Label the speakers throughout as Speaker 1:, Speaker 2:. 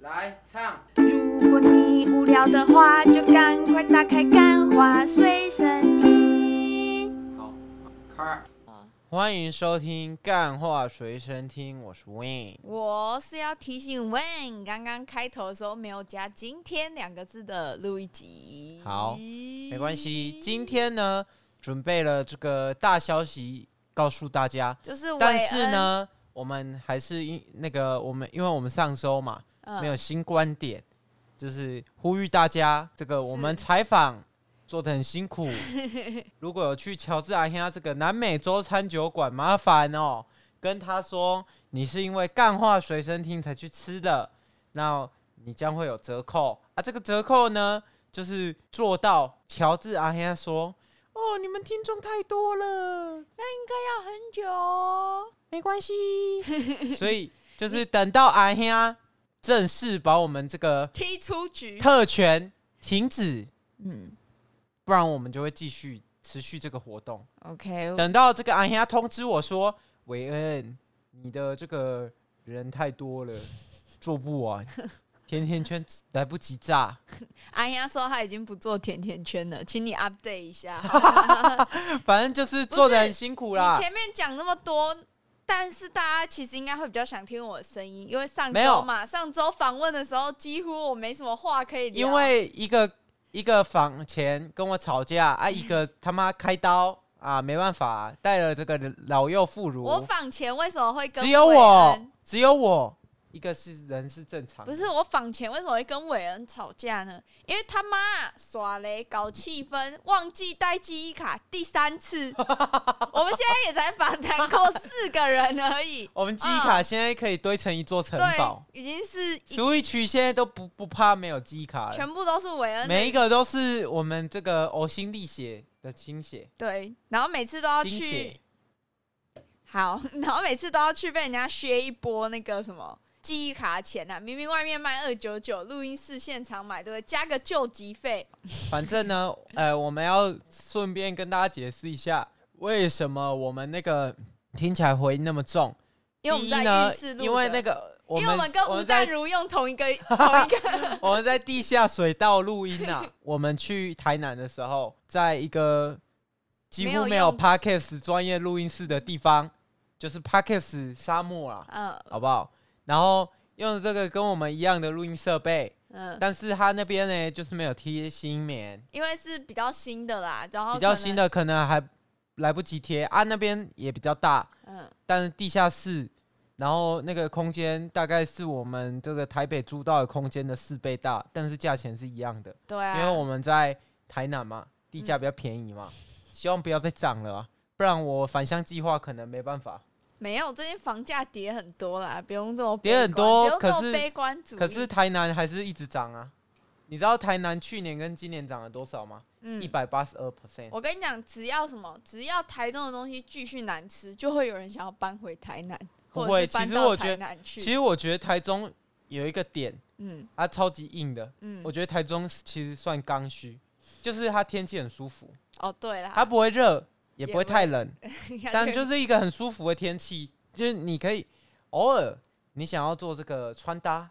Speaker 1: 来唱。
Speaker 2: 如果你无聊的话，就赶快打开《干花随身听》。
Speaker 1: 好，开。
Speaker 3: 欢迎收听《干话随身听》，我是 Win。
Speaker 4: 我是要提醒 When 刚刚开头的时候没有加“今天”两个字的录一集。
Speaker 3: 好没关系，今天呢准备了这个大消息告诉大家，
Speaker 4: 就是韦恩
Speaker 3: 但是，呢，我们还是因那个我们，因为我们上周嘛
Speaker 4: 嗯
Speaker 3: 没有新观点，就是呼吁大家，这个我们采访做的很辛苦，如果有去乔治阿啊兄这个南美洲餐酒馆，麻烦哦跟他说你是因为干话随身听才去吃的，那你将会有折扣啊。这个折扣呢，就是做到乔治阿兄说。哦，你们听众太多了，
Speaker 4: 要很久哦。
Speaker 3: 没关系。所以就是等到阿兄正式把我们这个
Speaker 4: 踢出局。
Speaker 3: 特权停止，
Speaker 4: 嗯
Speaker 3: 不然我们就会继续持续这个活动。
Speaker 4: ，OK，
Speaker 3: 等到这个阿兄通知我说，韦恩，你的这个人太多了，做不 完，甜甜圈来不及炸。
Speaker 4: 阿丫说他已经不做甜甜圈了，请你 update 一下。
Speaker 3: 反正就是
Speaker 4: 不
Speaker 3: 做的
Speaker 4: 是
Speaker 3: 很辛苦啦
Speaker 4: 你。前面讲那么多，但是大家其实应该会比较想听我的声音，因为上
Speaker 3: 没有
Speaker 4: 周嘛，上周访问的时候几乎我没什么话可以聊，
Speaker 3: 因为一个一个房前跟我吵架啊，一个他妈开刀啊，没办法，带了这个老幼妇
Speaker 4: 我
Speaker 3: 孺，
Speaker 4: 访前为什么会跟
Speaker 3: 只有
Speaker 4: 韦
Speaker 3: 我
Speaker 4: 恩，
Speaker 3: 只有我一个是人是正常的，，
Speaker 4: 不是我访前为什么会跟韦恩吵架呢？因为他妈耍雷搞气氛，忘记带记忆卡第三次。我们现在也才访谈过四个人而已
Speaker 3: 我们记忆卡现在可以堆成一座城
Speaker 4: 啊对
Speaker 3: 堡，
Speaker 4: 已经是一
Speaker 3: Switch 现在都不不怕没有记忆卡了，
Speaker 4: 全部都是韦恩的
Speaker 3: 每一个都是我们这个呕心沥血的倾血，
Speaker 4: 对，然后每次都要
Speaker 3: 倾血
Speaker 4: 去好， 然后每次都要去被人家削一波那个什么。记忆卡钱啊，明明外面卖二九九，录音室现场买，对不对？加个救急费，
Speaker 3: 反正呢，呃，我们要顺便跟大家解释一下，为什么我们那个听起来回音那么重。
Speaker 4: 因为我们在
Speaker 3: 第一呢
Speaker 4: 浴室录的，
Speaker 3: 因为那个我
Speaker 4: 因为我们跟
Speaker 3: 我
Speaker 4: 吴
Speaker 3: 们
Speaker 4: 淡
Speaker 3: 在
Speaker 4: 如用同一 个同一个，
Speaker 3: 我们在地下水道录音 呐、啊。我们去台南的时候，在一个几乎没
Speaker 4: 没
Speaker 3: 有
Speaker 4: 有用
Speaker 3: podcast 专业录音室的地方，就是 podcast 沙漠啊啦，
Speaker 4: 嗯
Speaker 3: 好不好？然后用这个跟我们一样的录音设备，
Speaker 4: 嗯，
Speaker 3: 但是他那边呢就是没有贴新棉，
Speaker 4: 因为是比较新的啦，然后
Speaker 3: 比较
Speaker 4: 可能
Speaker 3: 新，哦的可能还来不及贴啊，那边也比较大，
Speaker 4: 嗯，
Speaker 3: 但是地下室，然后那个空间大概是我们这个台北租到的空间的四倍大，但是价钱是一样的，
Speaker 4: 对啊，
Speaker 3: 因为我们在台南嘛，地价比较便宜嘛，希望不要再涨了、啊，不然我返乡计划可能没办法。
Speaker 4: 没有最近房价跌很多啦，不用这么悲
Speaker 3: 跌很
Speaker 4: 观
Speaker 3: 多
Speaker 4: 不用这
Speaker 3: 可
Speaker 4: 么
Speaker 3: 是
Speaker 4: 悲观主义，
Speaker 3: 可是台南还是一直涨啊，你知道台南去年跟今年涨了多少吗？一
Speaker 4: 嗯。
Speaker 3: 百八十二 percent。
Speaker 4: 我跟你讲，只要什么，只要台中的东西继续难吃，就会有人想要搬回台南，
Speaker 3: 不
Speaker 4: 或
Speaker 3: 会
Speaker 4: 者是
Speaker 3: 其
Speaker 4: 搬
Speaker 3: 实
Speaker 4: 到
Speaker 3: 我觉得
Speaker 4: 台南去。
Speaker 3: 其实我觉得台中有一个点，
Speaker 4: 嗯
Speaker 3: 它超级硬的，
Speaker 4: 嗯
Speaker 3: 我，觉得台中其实算刚需，就是它天气很舒服，
Speaker 4: 哦对啦，
Speaker 3: 它不会热，也
Speaker 4: 也
Speaker 3: 不会
Speaker 4: 不会
Speaker 3: 太冷，但就是是一个很舒服的天气，就是你可以偶尔你想要做这个穿搭，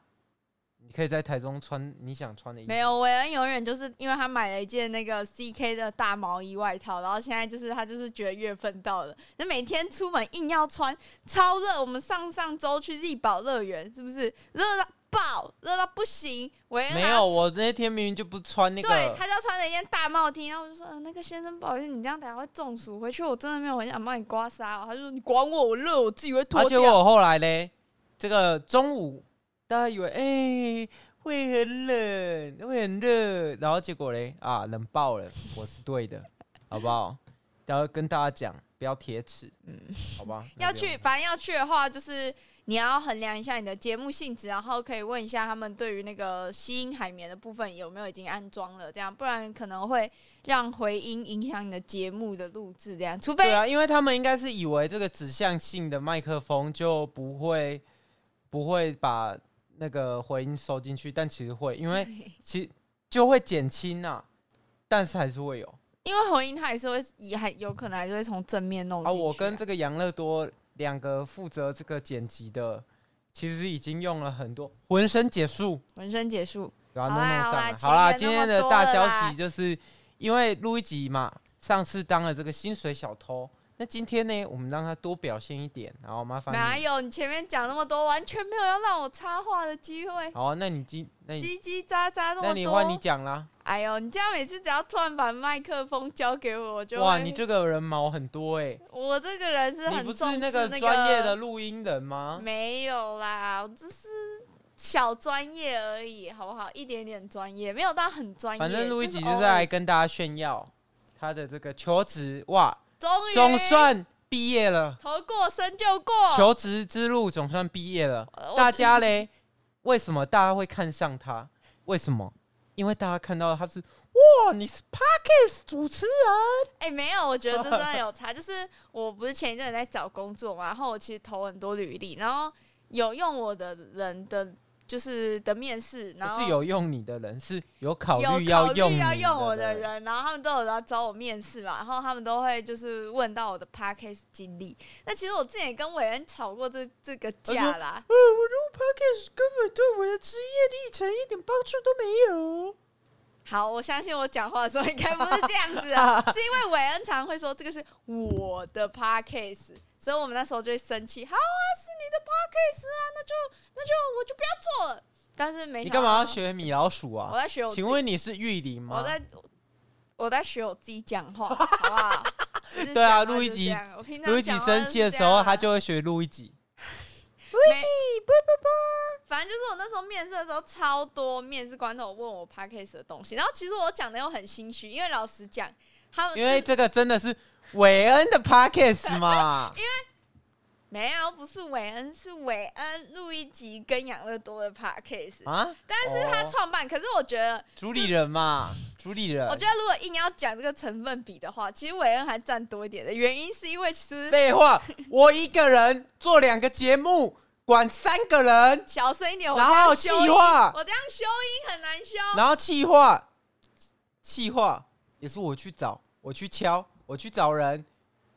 Speaker 3: 你可以在台中穿你想穿的衣服。
Speaker 4: 没有，韦恩永远就是因为他买了一件那个 CK 的大毛衣外套，然后现在就是他就是觉得月份到了，那每天出门硬要穿，超热。我们上上周去力宝乐园，是不是热到爆，热到不行？韦恩
Speaker 3: 没
Speaker 4: 还
Speaker 3: 有，
Speaker 4: 要
Speaker 3: 我那天明明就不穿那
Speaker 4: 对
Speaker 3: 个，，
Speaker 4: 他就穿了一件大帽 T，然后我就说、呃那个先生不好意思，你这样等下会中暑，回去我真的没有很想帮你刮痧、哦。他就说你管我，我热，我自己会
Speaker 3: 而
Speaker 4: 脱
Speaker 3: 且
Speaker 4: 掉。
Speaker 3: 我后来嘞，这个中午大家以为哎、会很冷，会很热，然后结果嘞啊冷爆了，我是对的，好不好？ 然后跟大家讲，不要铁齿，嗯，好吧？
Speaker 4: 要
Speaker 3: 那就
Speaker 4: 去，反正要去的话，就是你要衡量一下你的节目性质，然后可以问一下他们对于那个吸音海绵的部分有没有已经安装了，这样不然可能会让回音影响你的节目的录制，这样除非
Speaker 3: 对啊，因为他们应该是以为这个指向性的麦克风就不会不会把那个回音收进去，但其实会，因为其就会减轻啊，但是还是会有。
Speaker 4: 因为回音它也是会也还有可能还是会从正面弄进
Speaker 3: 啊，
Speaker 4: 去、
Speaker 3: 我跟这个养乐多两个负责这个剪辑的，其实已经用了很多浑身解数，
Speaker 4: 纹身结束，
Speaker 3: 对吧、
Speaker 4: 好
Speaker 3: 弄弄上
Speaker 4: 啦好啦
Speaker 3: 来。好啦，今
Speaker 4: 钱也
Speaker 3: 天
Speaker 4: 那
Speaker 3: 的
Speaker 4: 么多
Speaker 3: 大
Speaker 4: 了
Speaker 3: 消
Speaker 4: 啦
Speaker 3: 息就是，因为录一集嘛，上次当了这个薪水小偷，那今天呢，我们让他多表现一点，然后麻烦
Speaker 4: 哪
Speaker 3: 你。
Speaker 4: 有你前面讲那么多，完全没有要让我插话的机会，
Speaker 3: 好啊，那你今那你
Speaker 4: 叽叽喳喳那
Speaker 3: 那
Speaker 4: 么
Speaker 3: 你换你
Speaker 4: 多。
Speaker 3: 讲啦。
Speaker 4: 哎呦，你这样每次只要突然把麦克风交给我，我就
Speaker 3: 哇，
Speaker 4: 会
Speaker 3: 你这个人毛很多哎、
Speaker 4: 我这个人是
Speaker 3: 你
Speaker 4: 很
Speaker 3: 不
Speaker 4: 重
Speaker 3: 是
Speaker 4: 视
Speaker 3: 那
Speaker 4: 个
Speaker 3: 个专业的录音人吗？
Speaker 4: 没有啦，我只是小专业而已，好不好？一点点专业，没有到很专业。
Speaker 3: 反正录一
Speaker 4: 这
Speaker 3: 集
Speaker 4: 是
Speaker 3: 就
Speaker 4: 偶
Speaker 3: 是
Speaker 4: 尔
Speaker 3: 来跟大家炫耀他的这个求职哇，
Speaker 4: 终于
Speaker 3: 总算毕业了，
Speaker 4: 头过身就过。
Speaker 3: 求职之路总算毕业了。
Speaker 4: 呃哦我
Speaker 3: 大家嘞，为什么大家会看上他？为什么？因为大家看到他是哇，你是 Parkes 主持人，
Speaker 4: 哎、没有，我觉得这真 的有差。就是我不是前一阵子在找工作嘛，然后我其实投很多履历，然后有用我的人的就是的面试，然
Speaker 3: 不
Speaker 4: 后
Speaker 3: 是有用你的人，是有考
Speaker 4: 有
Speaker 3: 虑
Speaker 4: 考
Speaker 3: 用
Speaker 4: 虑要
Speaker 3: 你
Speaker 4: 用我
Speaker 3: 的
Speaker 4: 的。人，然后他们都有来找我面试嘛，然后他们都会就是问到我的 podcast 经历。那其实我之前也跟伟恩吵过这这个架啦，
Speaker 3: 呃，我录 Parkes 根本对我的职业历程一点帮助都没有。
Speaker 4: 好，我相信我讲话的时候应该不是这样子 啊，是因为韦恩常会说这个是我的 podcast，所以我们那时候就会生气。好啊，是你的 podcast 啊，那就那就我就不要做了。但是没
Speaker 3: 你
Speaker 4: 想
Speaker 3: 干嘛
Speaker 4: 到
Speaker 3: 要？学米老鼠
Speaker 4: 我
Speaker 3: 啊？
Speaker 4: 在学我自己，
Speaker 3: 请问你是玉林吗？
Speaker 4: 我在我在学我自己讲话，好 不好？我就是
Speaker 3: 对啊
Speaker 4: 讲话
Speaker 3: 录一
Speaker 4: 就是
Speaker 3: 集
Speaker 4: 这样，我平常
Speaker 3: 路易吉
Speaker 4: 讲话
Speaker 3: 生
Speaker 4: 是
Speaker 3: 气的
Speaker 4: 这
Speaker 3: 时
Speaker 4: 样
Speaker 3: 候，
Speaker 4: 啊
Speaker 3: 他就会学路易吉。
Speaker 4: 没反正就是我那时候面试的时候，超多面试官都有问我 podcast 的东西，然后其实我讲的又很心虚，因为老实讲，他们
Speaker 3: 因为这个真的是韦恩 的 podcast 嘛，
Speaker 4: 没有，不是韦恩，是韦恩、路易吉跟养乐多的 podcast，、
Speaker 3: 啊，
Speaker 4: 但是他
Speaker 3: 哦
Speaker 4: 创办。可是我觉得，
Speaker 3: 主理人嘛，主理人
Speaker 4: 我。觉得如果硬要讲这个成分比的话，其实韦恩还占多一点的。原因是因为其实
Speaker 3: 废话，我一个人做两个节目，管三个人，
Speaker 4: 小声一点，我
Speaker 3: 然
Speaker 4: 这样
Speaker 3: 后
Speaker 4: 修
Speaker 3: 计
Speaker 4: 音
Speaker 3: 划
Speaker 4: 我这样修音很难修。
Speaker 3: 然后气话，气话也是我去找，我去敲，我去找人，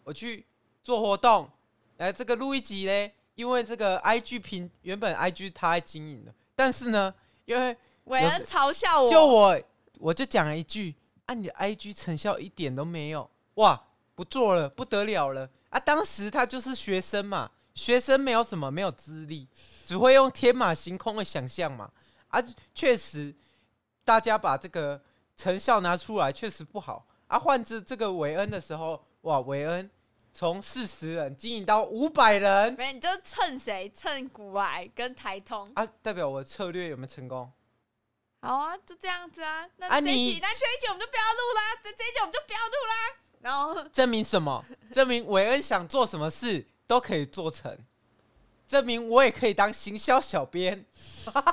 Speaker 3: 我去做活动。来，这个录一集嘞，因为这个 IG 平原本 IG 他在经营的，但是呢，因为
Speaker 4: 韦恩嘲笑我，
Speaker 3: 就我，我就讲了一句：“啊，你的 IG 成效一点都没有，哇，不做了，不得了了啊！”当时他就是学生嘛，学生没有什么，没有资历，只会用天马行空的想象嘛。啊，确实，大家把这个成效拿出来，确实不好。啊，换至这个韦恩的时候，哇，韦恩从四十人经营到五百人
Speaker 4: 没有，你就蹭谁蹭古癌跟台通。
Speaker 3: 啊，代表我的策略有没有成功？
Speaker 4: 好啊，就这样子啊。那
Speaker 3: 啊
Speaker 4: 这一
Speaker 3: 你
Speaker 4: 集，那这一集我们就不要录啦，这这一集我们就不要录啦。然后
Speaker 3: 证明什么？证明韦恩想做什么事都可以做成，证明我也可以当行销小编，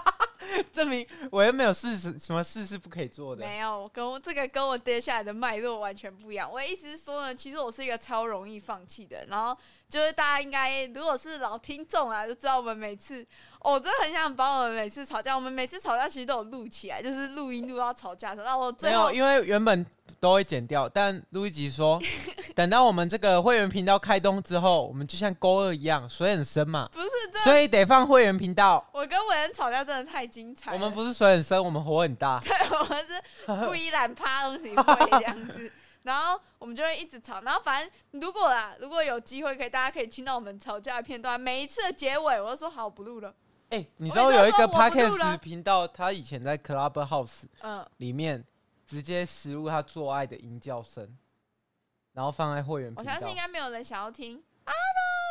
Speaker 3: 证明韦恩没有事是什么事是不可以做的。
Speaker 4: 没有，呃我跟我这个跟我接下来的脉络完全不一样。我的意思是说呢，其实我是一个超容易放弃的人。然后就是大家应该如果是老听众啊，就知道我们每次，哦我真的很想把我们每次吵架，我们每次吵架其实都有录起来，就是录音录到吵架的时候，然后我
Speaker 3: 没
Speaker 4: 最后
Speaker 3: 有，因为原本都会剪掉，但路易吉 说，等到我们这个会员频道开通之后，我们就像勾二一样，水很深嘛，
Speaker 4: 不是这，
Speaker 3: 所以得放会员频道。
Speaker 4: 我跟伟人吵架真的太精彩
Speaker 3: 我
Speaker 4: 了。
Speaker 3: 们不是水很深，我们火很大。
Speaker 4: 对，我们是故意懒趴东西会这样子，然后我们就会一直吵。然后反正如果啦，如果有机会可以，大家可以听到我们吵架的片段。每一次的结尾，我就说好我不录了。
Speaker 3: 哎、你
Speaker 4: 我
Speaker 3: 知
Speaker 4: 每
Speaker 3: 道
Speaker 4: 次都
Speaker 3: 有一
Speaker 4: 说
Speaker 3: 个
Speaker 4: 我不录了
Speaker 3: podcast 频道，他以前在 Clubhouse
Speaker 4: 嗯，
Speaker 3: 里面直接植入他做爱的吟叫声，然后放在会员
Speaker 4: 我
Speaker 3: 频道。
Speaker 4: 相信应该没有人想要听啊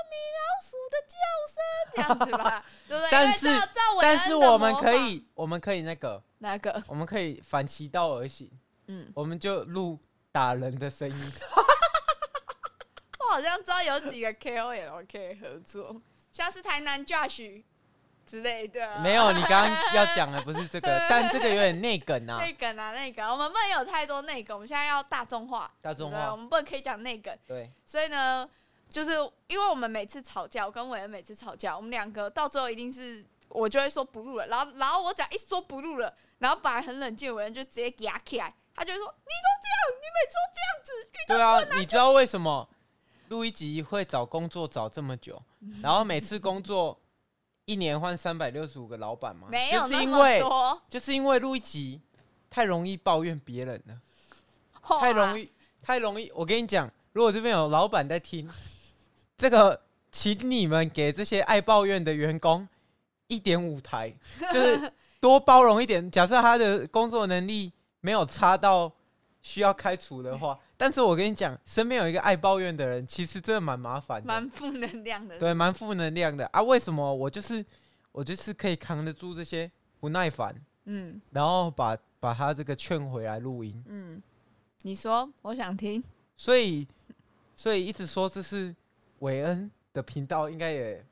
Speaker 4: 米老鼠的叫声这样子吧，对不对？
Speaker 3: 但
Speaker 4: 因为
Speaker 3: 是
Speaker 4: 照照韦
Speaker 3: 但
Speaker 4: 恩
Speaker 3: 是
Speaker 4: 的
Speaker 3: 我们
Speaker 4: 模
Speaker 3: 可
Speaker 4: 仿
Speaker 3: 以，我们可以那个，
Speaker 4: 哪个？
Speaker 3: 我们可以反其道而行，
Speaker 4: 嗯，
Speaker 3: 我们就录打人的声 音。
Speaker 4: 我好像知道有几个 KOL 可以合作，像是台南 Josh 之类的。啊
Speaker 3: 没有，你刚刚要讲的不是这 个，但这个有点内梗啊。
Speaker 4: 内梗啊，内梗，我们不能有太多内梗，我们现在要大众化，
Speaker 3: 大众
Speaker 4: 对不对我
Speaker 3: 化，
Speaker 4: 们不能可以讲内梗。
Speaker 3: 对，
Speaker 4: 所以呢，就是因为我们每次吵架，我跟伟恩每次吵架，我们两个到最后一定是我就会说不录了，然后然后我只要一说不录了，然后本来很冷静，伟恩就直接压起来，他就会说你都这样，你每次都这样子，
Speaker 3: 对啊，你知道为什么录一集会找工作找这么久？然后每次工作一年换三百六十五个老板吗？
Speaker 4: 没有
Speaker 3: 就是
Speaker 4: 那
Speaker 3: 因
Speaker 4: 么
Speaker 3: 为
Speaker 4: 多，
Speaker 3: 就是因为录一集太容易抱怨别人了，
Speaker 4: 哇
Speaker 3: 太容易太容易。我跟你讲，如果这边有老板在听， 这个请你们给这些爱抱怨的员工一点舞台，就是多包容一点。假设他的工作能力没有差到需要开除的话，但是我跟你讲，身边有一个爱抱怨的人，其实真的蛮麻烦的，
Speaker 4: 蛮负能量的。
Speaker 3: 对，蛮负能量的啊。为什么我就是我就是可以扛得住这些不耐烦，
Speaker 4: 嗯
Speaker 3: 然后把把他这个劝回来录音？
Speaker 4: 嗯，你说，我想听。
Speaker 3: 所以，所以一直说这是韦恩的频道，应该也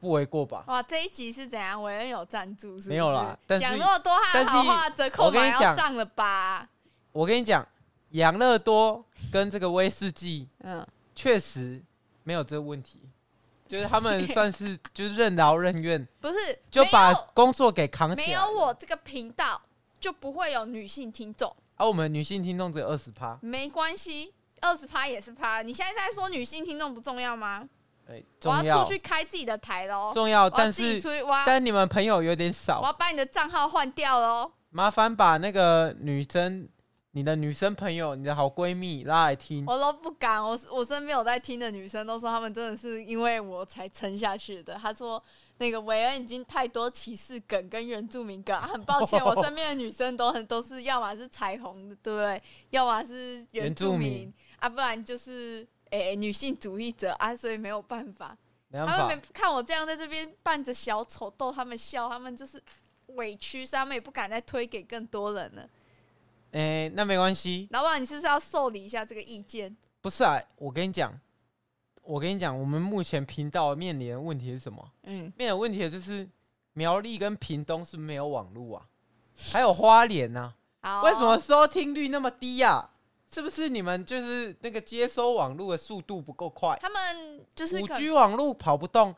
Speaker 3: 不为过吧？
Speaker 4: 哇，这一集是怎样？韦恩有赞助是不是？
Speaker 3: 没有啦但是
Speaker 4: 讲那么多他
Speaker 3: 但
Speaker 4: 的
Speaker 3: 是
Speaker 4: 好话，折扣
Speaker 3: 我跟
Speaker 4: 码
Speaker 3: 你
Speaker 4: 要
Speaker 3: 讲
Speaker 4: 上了吧？
Speaker 3: 我跟你讲，养乐多跟这个威士忌
Speaker 4: 嗯，
Speaker 3: 确实没有这个问题，就是他们算 是就是任劳任怨，
Speaker 4: 不是，
Speaker 3: 就
Speaker 4: 没
Speaker 3: 把
Speaker 4: 有
Speaker 3: 工作给扛
Speaker 4: 没
Speaker 3: 起来
Speaker 4: 有
Speaker 3: 了。
Speaker 4: 我这个频道就不会有女性听众，
Speaker 3: 而、啊、我们女性听众只有二十趴，
Speaker 4: 没关系。二十趴也是趴，你现在在说女性听众不重要吗？
Speaker 3: 哎、重
Speaker 4: 我要
Speaker 3: 要
Speaker 4: 出去开自己的台喽，
Speaker 3: 重要，
Speaker 4: 我要
Speaker 3: 但
Speaker 4: 自己
Speaker 3: 是
Speaker 4: 出去，我要
Speaker 3: 但你们朋友有点少
Speaker 4: 我，要把你的账号换掉喽。
Speaker 3: 麻烦把那个女生、你的女生朋友、你的好闺蜜拉来听。
Speaker 4: 我都不敢，我我身边有在听的女生都说，她们真的是因为我才撑下去的。她说那个韦恩已经太多歧视梗跟原住民梗，啊很抱歉，我身边的女生都很都是要么是彩虹的，对不对？要么是原
Speaker 3: 原
Speaker 4: 住
Speaker 3: 住
Speaker 4: 民
Speaker 3: 民
Speaker 4: 啊，不然就是诶、女性主义者啊，所以没有办法。
Speaker 3: 没办
Speaker 4: 他
Speaker 3: 法
Speaker 4: 们，看我这样在这边扮着小丑逗他们笑，他们就是委屈，所以他们也不敢再推给更多人了。
Speaker 3: 哎、那没关系。
Speaker 4: 老板，你是不是要受理一下这个意见？
Speaker 3: 不是啊，我跟你讲，我跟你讲，我们目前频道面临的问题是什么？
Speaker 4: 嗯。
Speaker 3: 面临的问题就是苗栗跟屏东是没有网络啊，还有花莲呐、
Speaker 4: 好，
Speaker 3: 为什么收听率那么低呀、啊？是不是你们就是那个接收网络的速度不够快？
Speaker 4: 他们就是
Speaker 3: 五
Speaker 4: 可
Speaker 3: G 网络跑不动，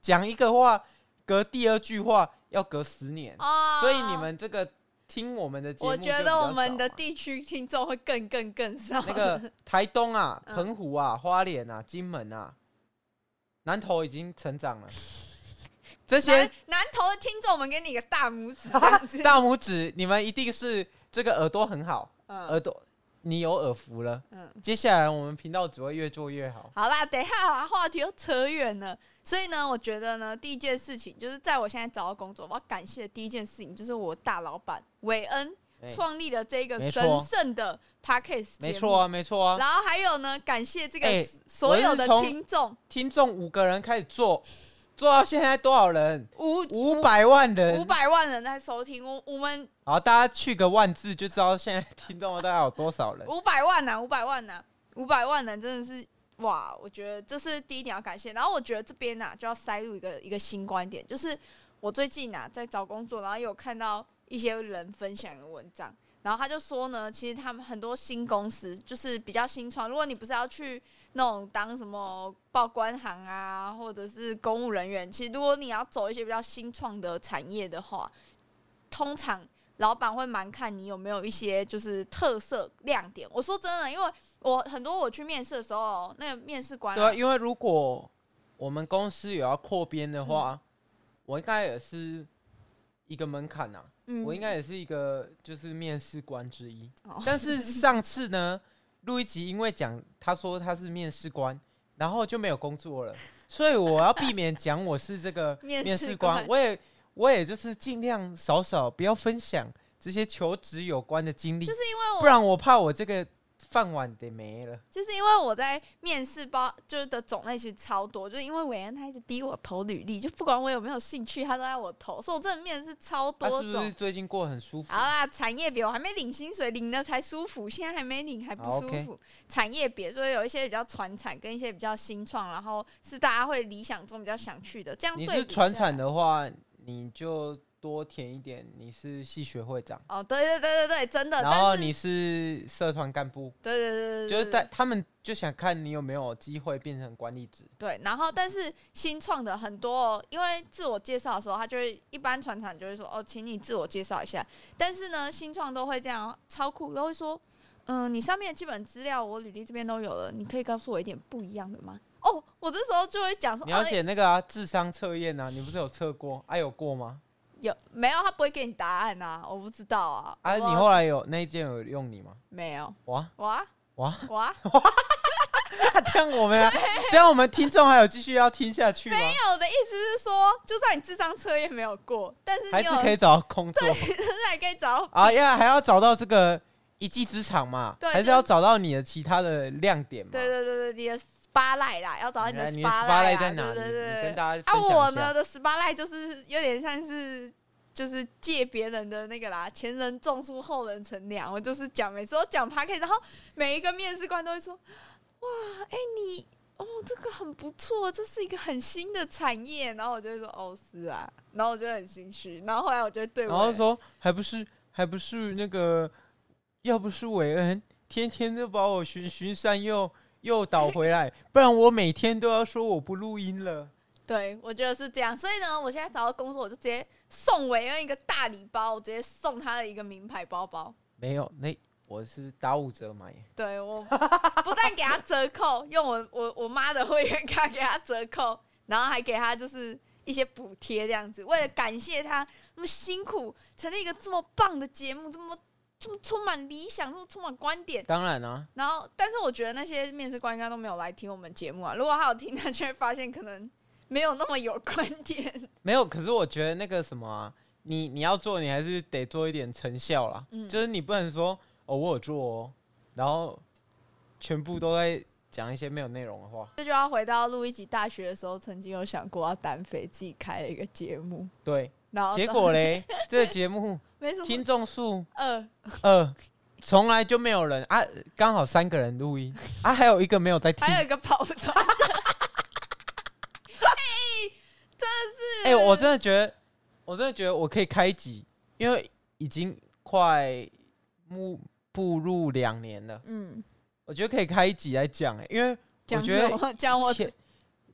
Speaker 3: 讲一个话隔第二句话要隔十年。
Speaker 4: 哦，
Speaker 3: 所以你，们这个听我们的节目
Speaker 4: 我
Speaker 3: 就比较
Speaker 4: 觉
Speaker 3: 少嘛，
Speaker 4: 得我们的地区听众会更更 更少。
Speaker 3: 那个台东啊、
Speaker 4: 嗯
Speaker 3: 澎湖啊、花莲啊、金门啊、南投已经成长了，这些
Speaker 4: 南南投的听众，我们给你一个大拇指，这 样子。
Speaker 3: 大拇指，你们一定是这个耳朵很好，耳
Speaker 4: 嗯
Speaker 3: 朵你有耳福了。
Speaker 4: 嗯，
Speaker 3: 接下来我们频道只会越做越好。
Speaker 4: 好啦，等一下啊，话题又扯远了。所以呢，我觉得呢，第一件事情就是在我现在找到工作，我要感谢的第一件事情就是我大老板韦恩
Speaker 3: 哎
Speaker 4: 创立了这个
Speaker 3: 没
Speaker 4: 神
Speaker 3: 错
Speaker 4: 圣的 podcast
Speaker 3: 没
Speaker 4: 节
Speaker 3: 错
Speaker 4: 目。
Speaker 3: 啊，没错啊，
Speaker 4: 然后还有呢，感谢这个
Speaker 3: 哎
Speaker 4: 所有的
Speaker 3: 我是从
Speaker 4: 听众，
Speaker 3: 听众五个人开始做，做到现在多少人？
Speaker 4: 五
Speaker 3: 五百万
Speaker 4: 五
Speaker 3: 人。
Speaker 4: 百万人在收听，我我们
Speaker 3: 好，大家去个万字就知道现在听众大概有多少人。
Speaker 4: 五百万呐、五百万呐、五百万人真的是哇！我觉得这是第一点要感谢。然后我觉得这边呐、就要塞入一个一个新观点，就是我最近呐、在找工作，然后有看到一些人分享的文章，然后他就说呢，其实他们很多新公司就是比较新创，如果你不是要去那种当什么报关行啊，或者是公务人员，其实如果你要走一些比较新创的产业的话，通常老板会蛮看你有没有一些就是特色亮点。我说真的，因为我很多我去面试的时候，那个面试官啊、
Speaker 3: 对啊，因为如果我们公司有要扩编的话，
Speaker 4: 嗯
Speaker 3: 我应该也是一个门槛呐、啊
Speaker 4: 嗯
Speaker 3: 我应该也是一个就是面试官之一。
Speaker 4: 哦
Speaker 3: 但是上次 呢，录一集因为讲他说他是面试官，然后就没有工作了，所以我要避免讲我是这个
Speaker 4: 面
Speaker 3: 面
Speaker 4: 试
Speaker 3: 试
Speaker 4: 官
Speaker 3: 官，我也我也就是尽量少少不要分享这些求职有关的经历，
Speaker 4: 就是因为我
Speaker 3: 不然我怕我这个饭碗得没了。
Speaker 4: 就是因为我在面试包就是的种类其实超多，就是因为韦恩他一直逼我投履历，就不管我有没有兴趣，他都要我投，所以我真的面试超
Speaker 3: 他、
Speaker 4: 多
Speaker 3: 是不
Speaker 4: 种。
Speaker 3: 是最近过得很舒服？
Speaker 4: 好啦，产业别我还没领薪水，领了才舒服，现在还没领还不
Speaker 3: 好
Speaker 4: 舒
Speaker 3: ，OK
Speaker 4: 服。产业别，所以有一些比较传产，跟一些比较新创，然后是大家会理想中比较想去的。这样
Speaker 3: 你
Speaker 4: 对
Speaker 3: 是
Speaker 4: 比
Speaker 3: 传
Speaker 4: 下来
Speaker 3: 产的话，你就多填一点。你是系学会长，
Speaker 4: 哦，对对对对对，真的。
Speaker 3: 然
Speaker 4: 呃但
Speaker 3: 后
Speaker 4: 是
Speaker 3: 你是社团干部，
Speaker 4: 对对对对对，
Speaker 3: 就是
Speaker 4: 对
Speaker 3: 在他们就想看你有没有机会变成管理职。
Speaker 4: 对，然后但是新创的很多哦，因为自我介绍的时候，他就会一般传产就会说哦，请你自我介绍一下。但是呢，新创都会这样哦，超酷都会说，嗯、你上面的基本资料我履历这边都有了，你可以告诉我一点不一样的吗？哦，我这时候就会讲说，
Speaker 3: 你要
Speaker 4: 哦
Speaker 3: 写那个啊，智商测验啊，你不是有测过？啊，有过吗？
Speaker 4: 有没有？他不会给你答案啊，我不知道啊。
Speaker 3: 啊，
Speaker 4: 我
Speaker 3: 你后来有那一件有用你吗？
Speaker 4: 没有？
Speaker 3: 哇
Speaker 4: 哇
Speaker 3: 哇，
Speaker 4: 哇，
Speaker 3: 啊这样我们、啊、这样我们听众还有继续要听下去吗？
Speaker 4: 没有。我的意思是说，就算你智商测验没有过，但是
Speaker 3: 还
Speaker 4: 你
Speaker 3: 是
Speaker 4: 有，
Speaker 3: 可以找到工作
Speaker 4: 但是 还可以找到
Speaker 3: 啊？要还要找到这个一技之长嘛？
Speaker 4: 对
Speaker 3: 还是
Speaker 4: 就
Speaker 3: 要找到你的其他的亮点嘛？
Speaker 4: 对对对对，你的 SPA 赖啦，要找到你的
Speaker 3: 来你的
Speaker 4: SPA
Speaker 3: spotlight
Speaker 4: 赖
Speaker 3: 在哪里
Speaker 4: 对
Speaker 3: 你
Speaker 4: 对对
Speaker 3: 跟大家
Speaker 4: 啊，
Speaker 3: 分享一下
Speaker 4: 我们的 SPA 赖就是有点像是就是借别人的那个啦，前人种树，后人乘凉。我就是讲，每次都讲 p a c k a g 然后每一个面试官都会说：“哇，哎、你哦，这个很不错，这是一个很新的产业。”然后我就会说：“哦，是啊。”然后我就很心虚。然后后来我就对我
Speaker 3: 然后说还不是还不是那个，要不是韦恩天天都把我循循善诱诱导回 来，不然我每天都要说我不录音了。
Speaker 4: 对，我觉得是这样。所以呢，我现在找到工作，我就直接送韦恩一个大礼包，我直接送他的一个名牌包包。
Speaker 3: 没有，那我是打五折买。
Speaker 4: 对我不但给他折扣，用我我我妈的会员卡给他折扣，然后还给他就是一些补贴这样子，为了感谢他那么辛苦成立一个这么棒的节目，这么这么充满理想，这么充满观点。
Speaker 3: 当然啊，
Speaker 4: 然后，但是我觉得那些面试官应该都没有来听我们节目啊。如果他有听，他就会发现可能没有那么有观点。
Speaker 3: 没有，可是我觉得那个什么、啊，你你要做，你还是得做一点成效啦。
Speaker 4: 嗯
Speaker 3: 就是你不能说哦，我有做哦，然后全部都在讲一些没有内容的话。
Speaker 4: 这就要回到录一集大学的时候，曾经有想过要单飞，自己开了一个节目，
Speaker 3: 对，
Speaker 4: 然后
Speaker 3: 结果 嘞，这个节目
Speaker 4: 没什么
Speaker 3: 听众数
Speaker 4: 呃
Speaker 3: 呃，从来就没有人啊，刚好三个人录音啊，还有一个没有在听。
Speaker 4: 还有
Speaker 3: 哎、
Speaker 4: 一个跑 团的，
Speaker 3: 哎我真的觉得，我真的觉得我可以开集，因为已经快步步入两年了，
Speaker 4: 嗯，
Speaker 3: 我觉得可以开一集来讲、哎，因为我
Speaker 4: 讲
Speaker 3: 觉得
Speaker 4: 我讲我，
Speaker 3: 前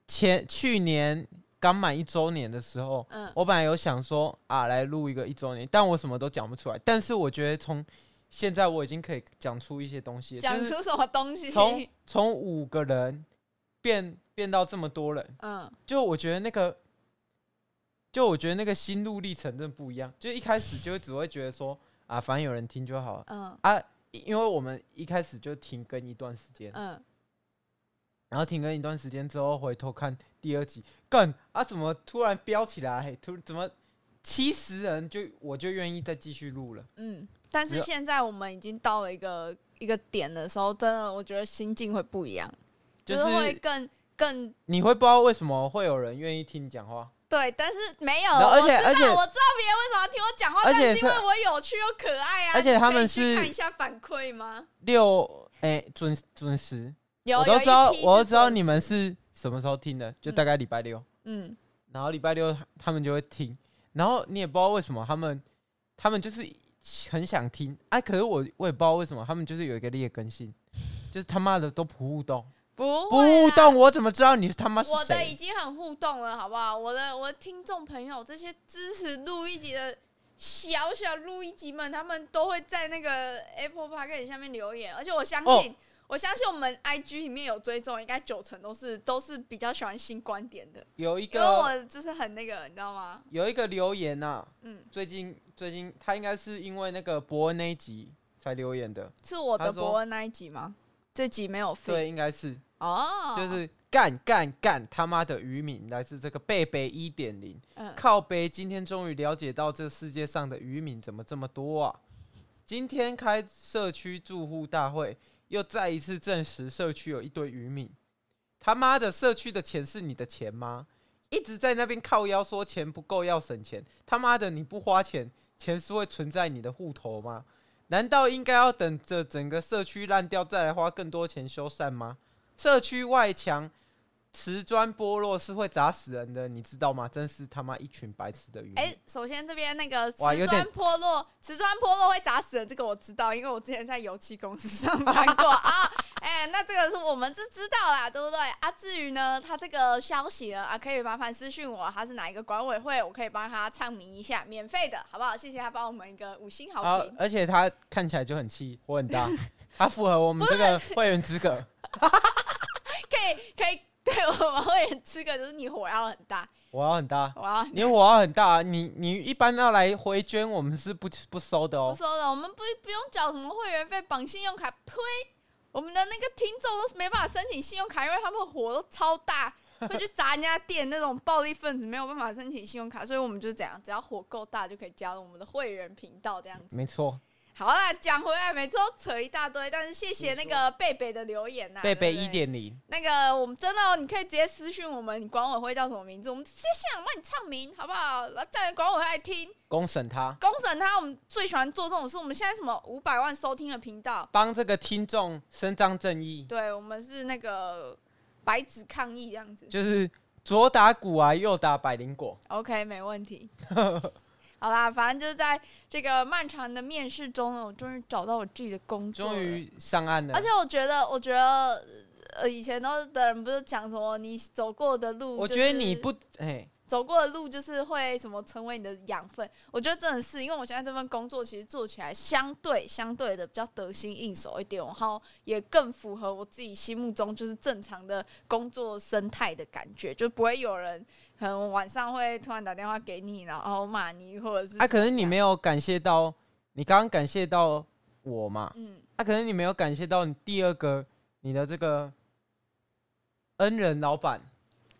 Speaker 3: 前去年刚满一周年的时候，
Speaker 4: 嗯，
Speaker 3: 我本来有想说啊，来录一个一周年，但我什么都讲不出来。但是我觉得从现在我已经可以讲出一些东西了，
Speaker 4: 讲
Speaker 3: 就是
Speaker 4: 出什么东西？
Speaker 3: 从从五个人变变到这么多人，
Speaker 4: 嗯
Speaker 3: 就我觉得那个，就我觉得那个心路历程真的不一样。就一开始就只会觉得说啊，反正有人听就好了
Speaker 4: 嗯
Speaker 3: 啊，因为我们一开始就停更一段时间，
Speaker 4: 嗯，
Speaker 3: 然后停更一段时间之后回头看第二集，干啊怎么突然飙起来？突怎么七十人就我就愿意再继续录了。
Speaker 4: 嗯，但是现在我们已经到了一个一个点的时候，真的我觉得心境会不一样，
Speaker 3: 就
Speaker 4: 就是会
Speaker 3: 是
Speaker 4: 更更
Speaker 3: 你会不知道为什么会有人愿意听你讲话，
Speaker 4: 对，但是没有，
Speaker 3: 然后而
Speaker 4: 我
Speaker 3: 且
Speaker 4: 知道
Speaker 3: 而且
Speaker 4: 我知道别人为什么要听我讲话，
Speaker 3: 而
Speaker 4: 但
Speaker 3: 且
Speaker 4: 是因为
Speaker 3: 是
Speaker 4: 我有趣又可爱啊，
Speaker 3: 而且
Speaker 4: 你
Speaker 3: 他
Speaker 4: 可以
Speaker 3: 们
Speaker 4: 去
Speaker 3: 是
Speaker 4: 看一下反馈吗？
Speaker 3: 六哎、准准时，
Speaker 4: 有，
Speaker 3: 我
Speaker 4: 有
Speaker 3: 都
Speaker 4: 一
Speaker 3: 知道，
Speaker 4: 批
Speaker 3: 我
Speaker 4: 是
Speaker 3: 都知道
Speaker 4: 准
Speaker 3: 你
Speaker 4: 时
Speaker 3: 们，是什么时候听的，就大概礼拜六，
Speaker 4: 嗯，
Speaker 3: 然后礼拜六他们就会听，然后你也不知道为什么他们，他们就是很想听，哎、可是我我也不知道为什么他们就是有一个劣根性，就是他妈的都不互动，
Speaker 4: 不
Speaker 3: 不
Speaker 4: 会
Speaker 3: 互
Speaker 4: 啦
Speaker 3: 动，我怎么知道你是他妈是
Speaker 4: 啊我的已
Speaker 3: 谁？
Speaker 4: 经很互动了，好不好？我的我的听众朋友，这些支持录一集的小小录一集们，他们都会在那个 Apple p o c k e t 下面留言，而且我相
Speaker 3: 哦
Speaker 4: 信，我相信我们 IG 里面有追踪，应该九成都是都是比较喜欢新观点的，
Speaker 3: 有一
Speaker 4: 因为
Speaker 3: 个
Speaker 4: 我就是很那个，你知道吗？
Speaker 3: 有一个留言呐、
Speaker 4: 嗯，
Speaker 3: 最近最近他应该是因为那个伯恩那一集才留言的，
Speaker 4: 是我
Speaker 3: 他
Speaker 4: 的
Speaker 3: 说
Speaker 4: 伯恩那一集吗？这集没有费
Speaker 3: 对，应该是。
Speaker 4: 哦，
Speaker 3: 就是干干干他妈的渔民，来自这个贝贝一点零
Speaker 4: 嗯
Speaker 3: 靠背。今天终于了解到这世界上的渔民怎么这么多啊！今天开社区住户大会，又再一次证实社区有一堆渔民。他妈的，社区的钱是你的钱吗？一直在那边靠腰说钱不够要省钱，他妈的你不花钱，钱是会存在你的户头吗？难道应该要等着整个社区烂掉再来花更多钱修缮吗？社区外墙瓷砖剥落是会砸死人的，你知道吗？真是他妈一群白痴的愚民。
Speaker 4: 哎、首先这边那个瓷
Speaker 3: 哇有点
Speaker 4: 砖脱落，瓷砖脱落会砸死人，这个我知道，因为我之前在油漆公司上班 过啊。哎、那这个是我们是知道啦，对不对？啊，至于呢，他这个消息呢，啊，可以麻烦私讯我，他是哪一个管委会，我可以帮他唱名一下，免费的，好不好？谢谢他帮我们一个五星好
Speaker 3: 好
Speaker 4: 评。，
Speaker 3: 而且他看起来就很气，火 很大，他符合我们这个会员资格。
Speaker 4: 可以可以，对我们会员资格就是你火要很大，
Speaker 3: 我要很大，
Speaker 4: 我要很
Speaker 3: 你火要很大，你你一般要来回捐，我们是不不收的
Speaker 4: 不
Speaker 3: 哦。
Speaker 4: 收了，我们不不用缴什么会员费、绑信用卡，呸！我们的那个听众都是没办法申请信用卡，因为他们火都超 大，会去砸人家店那种暴力分子没有办法申请信用卡，所以我们就这样，只要火够大就可以加入我们的会员频道这样子。
Speaker 3: 没错，
Speaker 4: 好啦，讲回来，每次都扯一大堆，但是谢谢那个贝贝的留言呐、
Speaker 3: 贝贝
Speaker 4: 对
Speaker 3: 一
Speaker 4: 不对
Speaker 3: 点零，
Speaker 4: 那个我们真的哦、你可以直接私讯我们，你管委会叫什么名字，我们直接现场帮你唱名，好不好？然后叫你管委会来听，
Speaker 3: 公审他，
Speaker 4: 公审他，我们最喜欢做这种事。我们现在什么五百万收听的频道，
Speaker 3: 帮这个听众伸张正义，
Speaker 4: 对我们是那个白纸抗议这样子。
Speaker 3: 就是左打骨啊，右打百灵果。
Speaker 4: OK，没问 题。好啦，反正就是在这个漫长的面试中呢，我终于找到我自己的工作了，
Speaker 3: 终于上岸了
Speaker 4: 而，且我觉得，我觉得，呃，以前都的人不是讲什么你走过的路、
Speaker 3: 我
Speaker 4: 就
Speaker 3: 觉得
Speaker 4: 是
Speaker 3: 你不哎，
Speaker 4: 走过的路就是会什么成为你的养分。我觉得真的是，因为我现在这份工作其实做起来相对相对的比较得心应手一点，然后也更符合我自己心目中就是正常的工作生态的感觉，就不会有人可能晚上会突然打电话给你，然后骂你，或者是
Speaker 3: 啊，可能你
Speaker 4: 怎么
Speaker 3: 没有感谢到，你刚刚感谢到我嘛，
Speaker 4: 样嗯
Speaker 3: 啊，可能你没有感谢到你第二个你的这个恩人老板，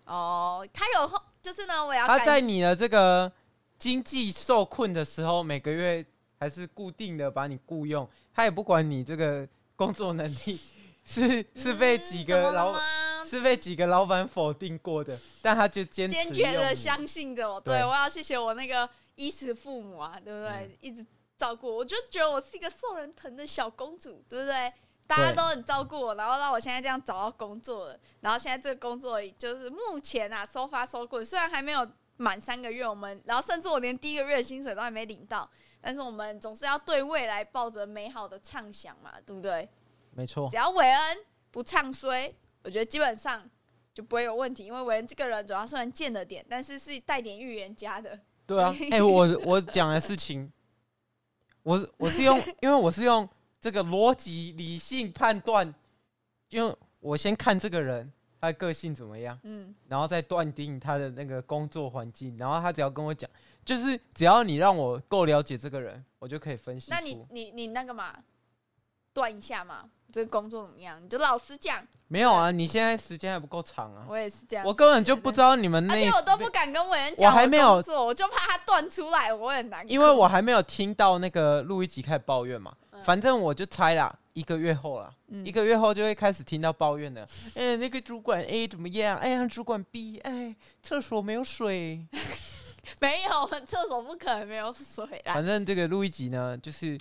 Speaker 4: 哦，他有后就是呢，我也要
Speaker 3: 他
Speaker 4: 感
Speaker 3: 在你的这个经济受困的时候，每个月还是固定的把你雇佣，他也不管你这个工作能力是 是被
Speaker 4: 嗯
Speaker 3: 几
Speaker 4: 怎么
Speaker 3: 个
Speaker 4: 了
Speaker 3: 老、
Speaker 4: 吗
Speaker 3: 是被几个老板否定过的，但他就坚持
Speaker 4: 坚决
Speaker 3: 用
Speaker 4: 的
Speaker 3: 你
Speaker 4: 相信着我。
Speaker 3: 对
Speaker 4: 对我要谢谢我那个衣食父母啊，对不对？
Speaker 3: 嗯
Speaker 4: 一直照顾我，我就觉得我是一个受人疼的小公主，对不对？大家都很照顾我，然后让我现在这样找到工作了。然后现在这个工作就是目前啊，收发收过，虽然还没有满三个月，我们然后甚至我连第一个月的薪水都还没领到，但是我们总是要对未来抱着美好的畅想嘛，对不对？
Speaker 3: 没错
Speaker 4: 只，要韦恩不唱衰，我觉得基本上就不会有问题。因为韦恩这个人主要虽然贱了点，但是是带点预言家的。
Speaker 3: 对 啊，哎、我我讲的事情，我我是用， 因为我是用这个逻辑理性判断，因为我先看这个人他的个性怎么样。
Speaker 4: 嗯，
Speaker 3: 然后再断定他的那个工作环境，然后他只要跟我讲，就是只要你让我够了解这个人，我就可以分析
Speaker 4: 那你
Speaker 3: 出。
Speaker 4: 你你那个嘛，断一下嘛，这个工作怎么样？你就老实讲，
Speaker 3: 没有啊，你现在时间还不够长啊，
Speaker 4: 我也是这样。
Speaker 3: 我根本就不知道你们
Speaker 4: 而
Speaker 3: 那，
Speaker 4: 且我都不敢跟韦恩讲
Speaker 3: 我还没有
Speaker 4: 工作，我就怕他断出来，我会很难过。
Speaker 3: 因为我还没有听到那个录一集开始抱怨嘛，
Speaker 4: 嗯
Speaker 3: 反正我就猜啦，一个月后啦，
Speaker 4: 嗯
Speaker 3: 一个月后就会开始听到抱怨的， 哎、那个主管 A 怎么样？哎呀，主管 B，哎，厕所没有水。
Speaker 4: 没有，我们厕所不可能没有水啊啦。
Speaker 3: 反正这个录一集呢，就是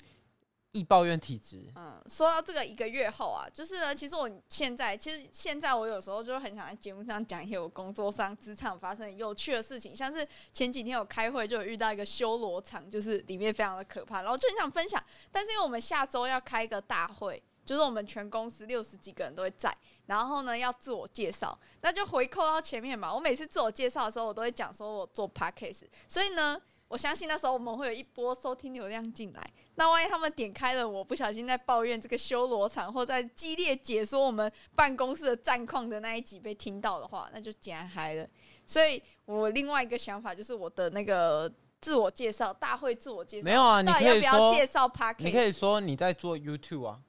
Speaker 3: 易抱怨体质，
Speaker 4: 嗯，说到这个一个月后啊，就是呢，其实我现在，其实现在我有时候就很想在节目上讲一些我工作上、职场发生的有趣的事情，像是前几天我开会就有遇到一个修罗场，就是里面非常的可怕，然后就很想分享，但是因为我们下周要开一个大会，就是我们全公司六十几个人都会在，然后呢要自我介绍，那就回扣到前面嘛，我每次自我介绍的时候，我都会讲说我做 podcast，所以呢。我相信那时候我们会有一波收听流量进来，那万一他们点开了我不小心在抱怨这个修罗场，或在激烈解说我们办公室的战况的那一集被听到的话，那就简嗨了。所以我另外一个想法就是我的那个自我介绍大会自我介绍
Speaker 3: 没有啊，你
Speaker 4: 到
Speaker 3: 可
Speaker 4: 底要
Speaker 3: 以
Speaker 4: 不
Speaker 3: 说
Speaker 4: 要介绍 p a r k
Speaker 3: 你可以说你在做 YouTube 啊，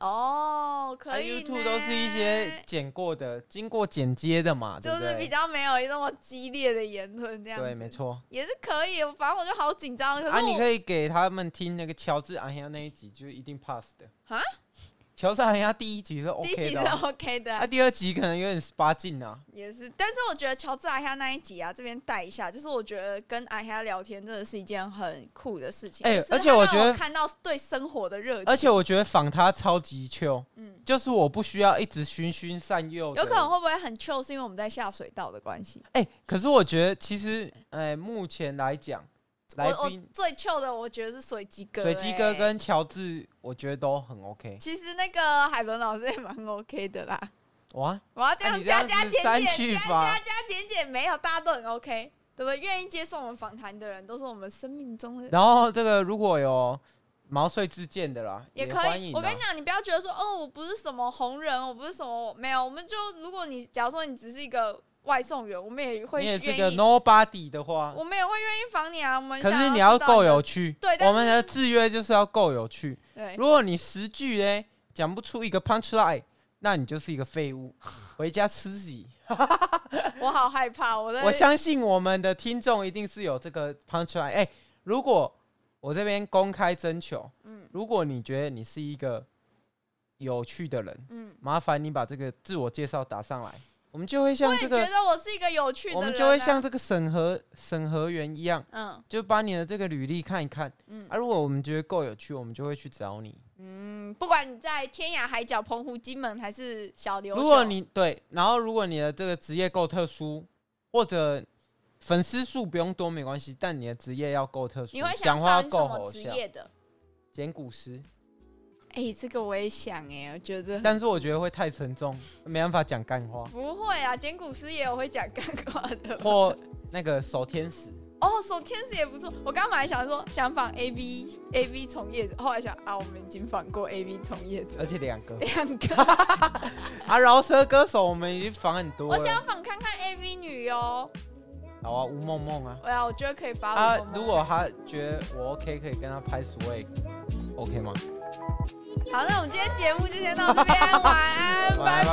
Speaker 4: 哦，
Speaker 3: 啊
Speaker 4: 可以呢。
Speaker 3: YouTube 都是一些剪过的、经过剪接的嘛，对
Speaker 4: 就
Speaker 3: 不
Speaker 4: 是比
Speaker 3: 对？
Speaker 4: 较没有那么激烈的言论这样子。
Speaker 3: 对，没，错。
Speaker 4: 也是可以。反正我就好紧张。可
Speaker 3: 啊，
Speaker 4: 是
Speaker 3: 你
Speaker 4: 我、
Speaker 3: 可以给他们听那个乔治·昂亚那一集，就是一定 pass 的
Speaker 4: 啊。
Speaker 3: 乔治·昂亚第一集是
Speaker 4: 第一集
Speaker 3: OK
Speaker 4: 是
Speaker 3: 的啊，
Speaker 4: OK 的啊、
Speaker 3: 啊，第二集可能有点十八禁啊。
Speaker 4: 也是。但是我觉得乔治阿哈那一集啊，这边带一下，就是我觉得跟阿哈聊天真的是一件很酷的事情。
Speaker 3: 哎
Speaker 4: 就是它
Speaker 3: 而且我
Speaker 4: 让
Speaker 3: 觉得
Speaker 4: 看到对生活的热情，
Speaker 3: 而且我觉得仿他超级 chill，
Speaker 4: 嗯，
Speaker 3: 就是我不需要一直循循善诱的。
Speaker 4: 有可能会不会很 chill，是因为我们在下水道的关系。
Speaker 3: 哎、可是我觉得其实，哎、目前来讲，
Speaker 4: 我
Speaker 3: 来
Speaker 4: 我
Speaker 3: 宾
Speaker 4: 最 chill 的，我觉得是水鸡哥、
Speaker 3: 水鸡哥
Speaker 4: 哎
Speaker 3: 跟乔治，我觉得都很 OK。
Speaker 4: 其实那个海伦老师也蛮 OK 的啦。
Speaker 3: 哇，
Speaker 4: 我要这
Speaker 3: 啊
Speaker 4: 样
Speaker 3: 你
Speaker 4: 加
Speaker 3: 这
Speaker 4: 加
Speaker 3: 样
Speaker 4: 减
Speaker 3: 是删
Speaker 4: 减，
Speaker 3: 去
Speaker 4: 加
Speaker 3: 法
Speaker 4: 加加减减，没有，大家都很 OK，对不对？愿意接受我们访谈的人，都是我们生命中的。
Speaker 3: 然后这个如果有毛遂自荐的啦，
Speaker 4: 也可
Speaker 3: 欢
Speaker 4: 以。
Speaker 3: 迎
Speaker 4: 我跟
Speaker 3: 啦
Speaker 4: 你讲，你不要觉得说哦，我不是什么红人，我不是什么没有。我们就如果你假如说你只是一个外送员，我们也会
Speaker 3: 你也是
Speaker 4: 愿
Speaker 3: 个
Speaker 4: 意，
Speaker 3: nobody 的话，
Speaker 4: 我们也会愿意防你啊。我们
Speaker 3: 可
Speaker 4: 想
Speaker 3: 是你
Speaker 4: 要
Speaker 3: 要
Speaker 4: 知道
Speaker 3: 够
Speaker 4: 你的
Speaker 3: 有趣。
Speaker 4: 对但
Speaker 3: 我们的制约就是要够有趣。
Speaker 4: 对，
Speaker 3: 如果你十句嘞讲不出一个 punch line，那你就是一个废 物，回家吃屎。
Speaker 4: 我好害怕，我的
Speaker 3: 我相信我们的听众一定是有这个 punch line。哎、如果我这边公开征求，
Speaker 4: 嗯
Speaker 3: 如果你觉得你是一个有趣的人，
Speaker 4: 嗯，
Speaker 3: 麻烦你把这个自我介绍打上来，我们就会
Speaker 4: 我
Speaker 3: 像
Speaker 4: 也
Speaker 3: 这
Speaker 4: 觉
Speaker 3: 个，
Speaker 4: 得我是一个有趣的人
Speaker 3: 我
Speaker 4: 啊，
Speaker 3: 们就会像这个审核审核员一样，
Speaker 4: 嗯
Speaker 3: 就把你的这个履历看一看。
Speaker 4: 嗯
Speaker 3: 啊，如果我们觉得够有趣，我们就会去找你。
Speaker 4: 嗯，不管你在天涯海角、澎湖、金门还是小琉球，
Speaker 3: 如果你对，然后如果你的这个职业够特殊，或者粉丝数不用多没关系，但你的职业要够特殊，
Speaker 4: 你会
Speaker 3: 讲
Speaker 4: 想
Speaker 3: 话
Speaker 4: 上
Speaker 3: 要
Speaker 4: 什
Speaker 3: 够
Speaker 4: 么
Speaker 3: 好
Speaker 4: 职
Speaker 3: 笑，
Speaker 4: 业的？
Speaker 3: 剪骨师。
Speaker 4: 哎、这个我也想哎、我觉得
Speaker 3: 但是我觉得会太沉重，没办法讲干 话，
Speaker 4: 不会啊，剪骨师也有会讲干话的。
Speaker 3: 或那个守天使。
Speaker 4: 哦，守天使也不错。我刚刚本来想说想仿 A V A V 从业者，后来想啊，我们已经仿过 A V 从 业者
Speaker 3: 而且两个
Speaker 4: 两个，
Speaker 3: 啊，饶舌歌手我们已经仿很多
Speaker 4: 我想
Speaker 3: 了，
Speaker 4: 仿看看 A V 女哦。
Speaker 3: 好啊，吴梦梦啊，
Speaker 4: 哎呀，我觉得可以把我
Speaker 3: 啊
Speaker 4: 的梦，
Speaker 3: 如果他觉得我 OK，可以跟他拍 swag，OK 吗？
Speaker 4: 好，那我们今天节目就先到 这边，晚安，
Speaker 3: 晚安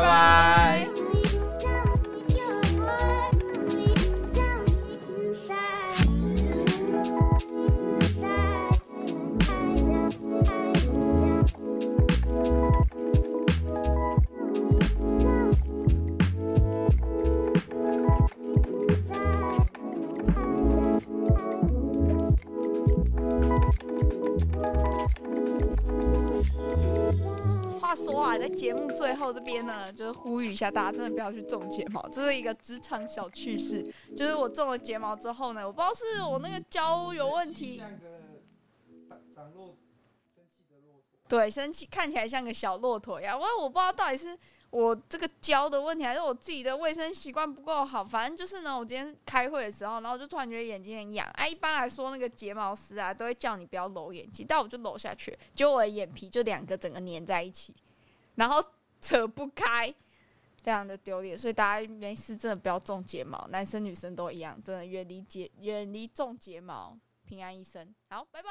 Speaker 3: 拜
Speaker 4: 拜
Speaker 3: 拜
Speaker 4: 拜话说啊，在节目最后这边呢，就是呼吁一下大家，真的不要去种睫毛，这是一个职场小趣事。就是我种了睫毛之后呢，我不知道是我那个胶有问题，对，生气看起来像个小骆驼一样。我我不知道到底是我这个胶的问题，还是我自己的卫生习惯不够好。反正就是呢，我今天开会的时候，然后我就突然觉得眼睛很痒。哎、一般来说那个睫毛师啊，都会叫你不要揉眼睛，但我就揉下去，结果我的眼皮就两个整个粘在一起，然后扯不开。非常的丢脸，所以大家没事真的不要种睫毛，男生女生都一样，真的远离睫远离种睫毛，平安一生。好，拜拜。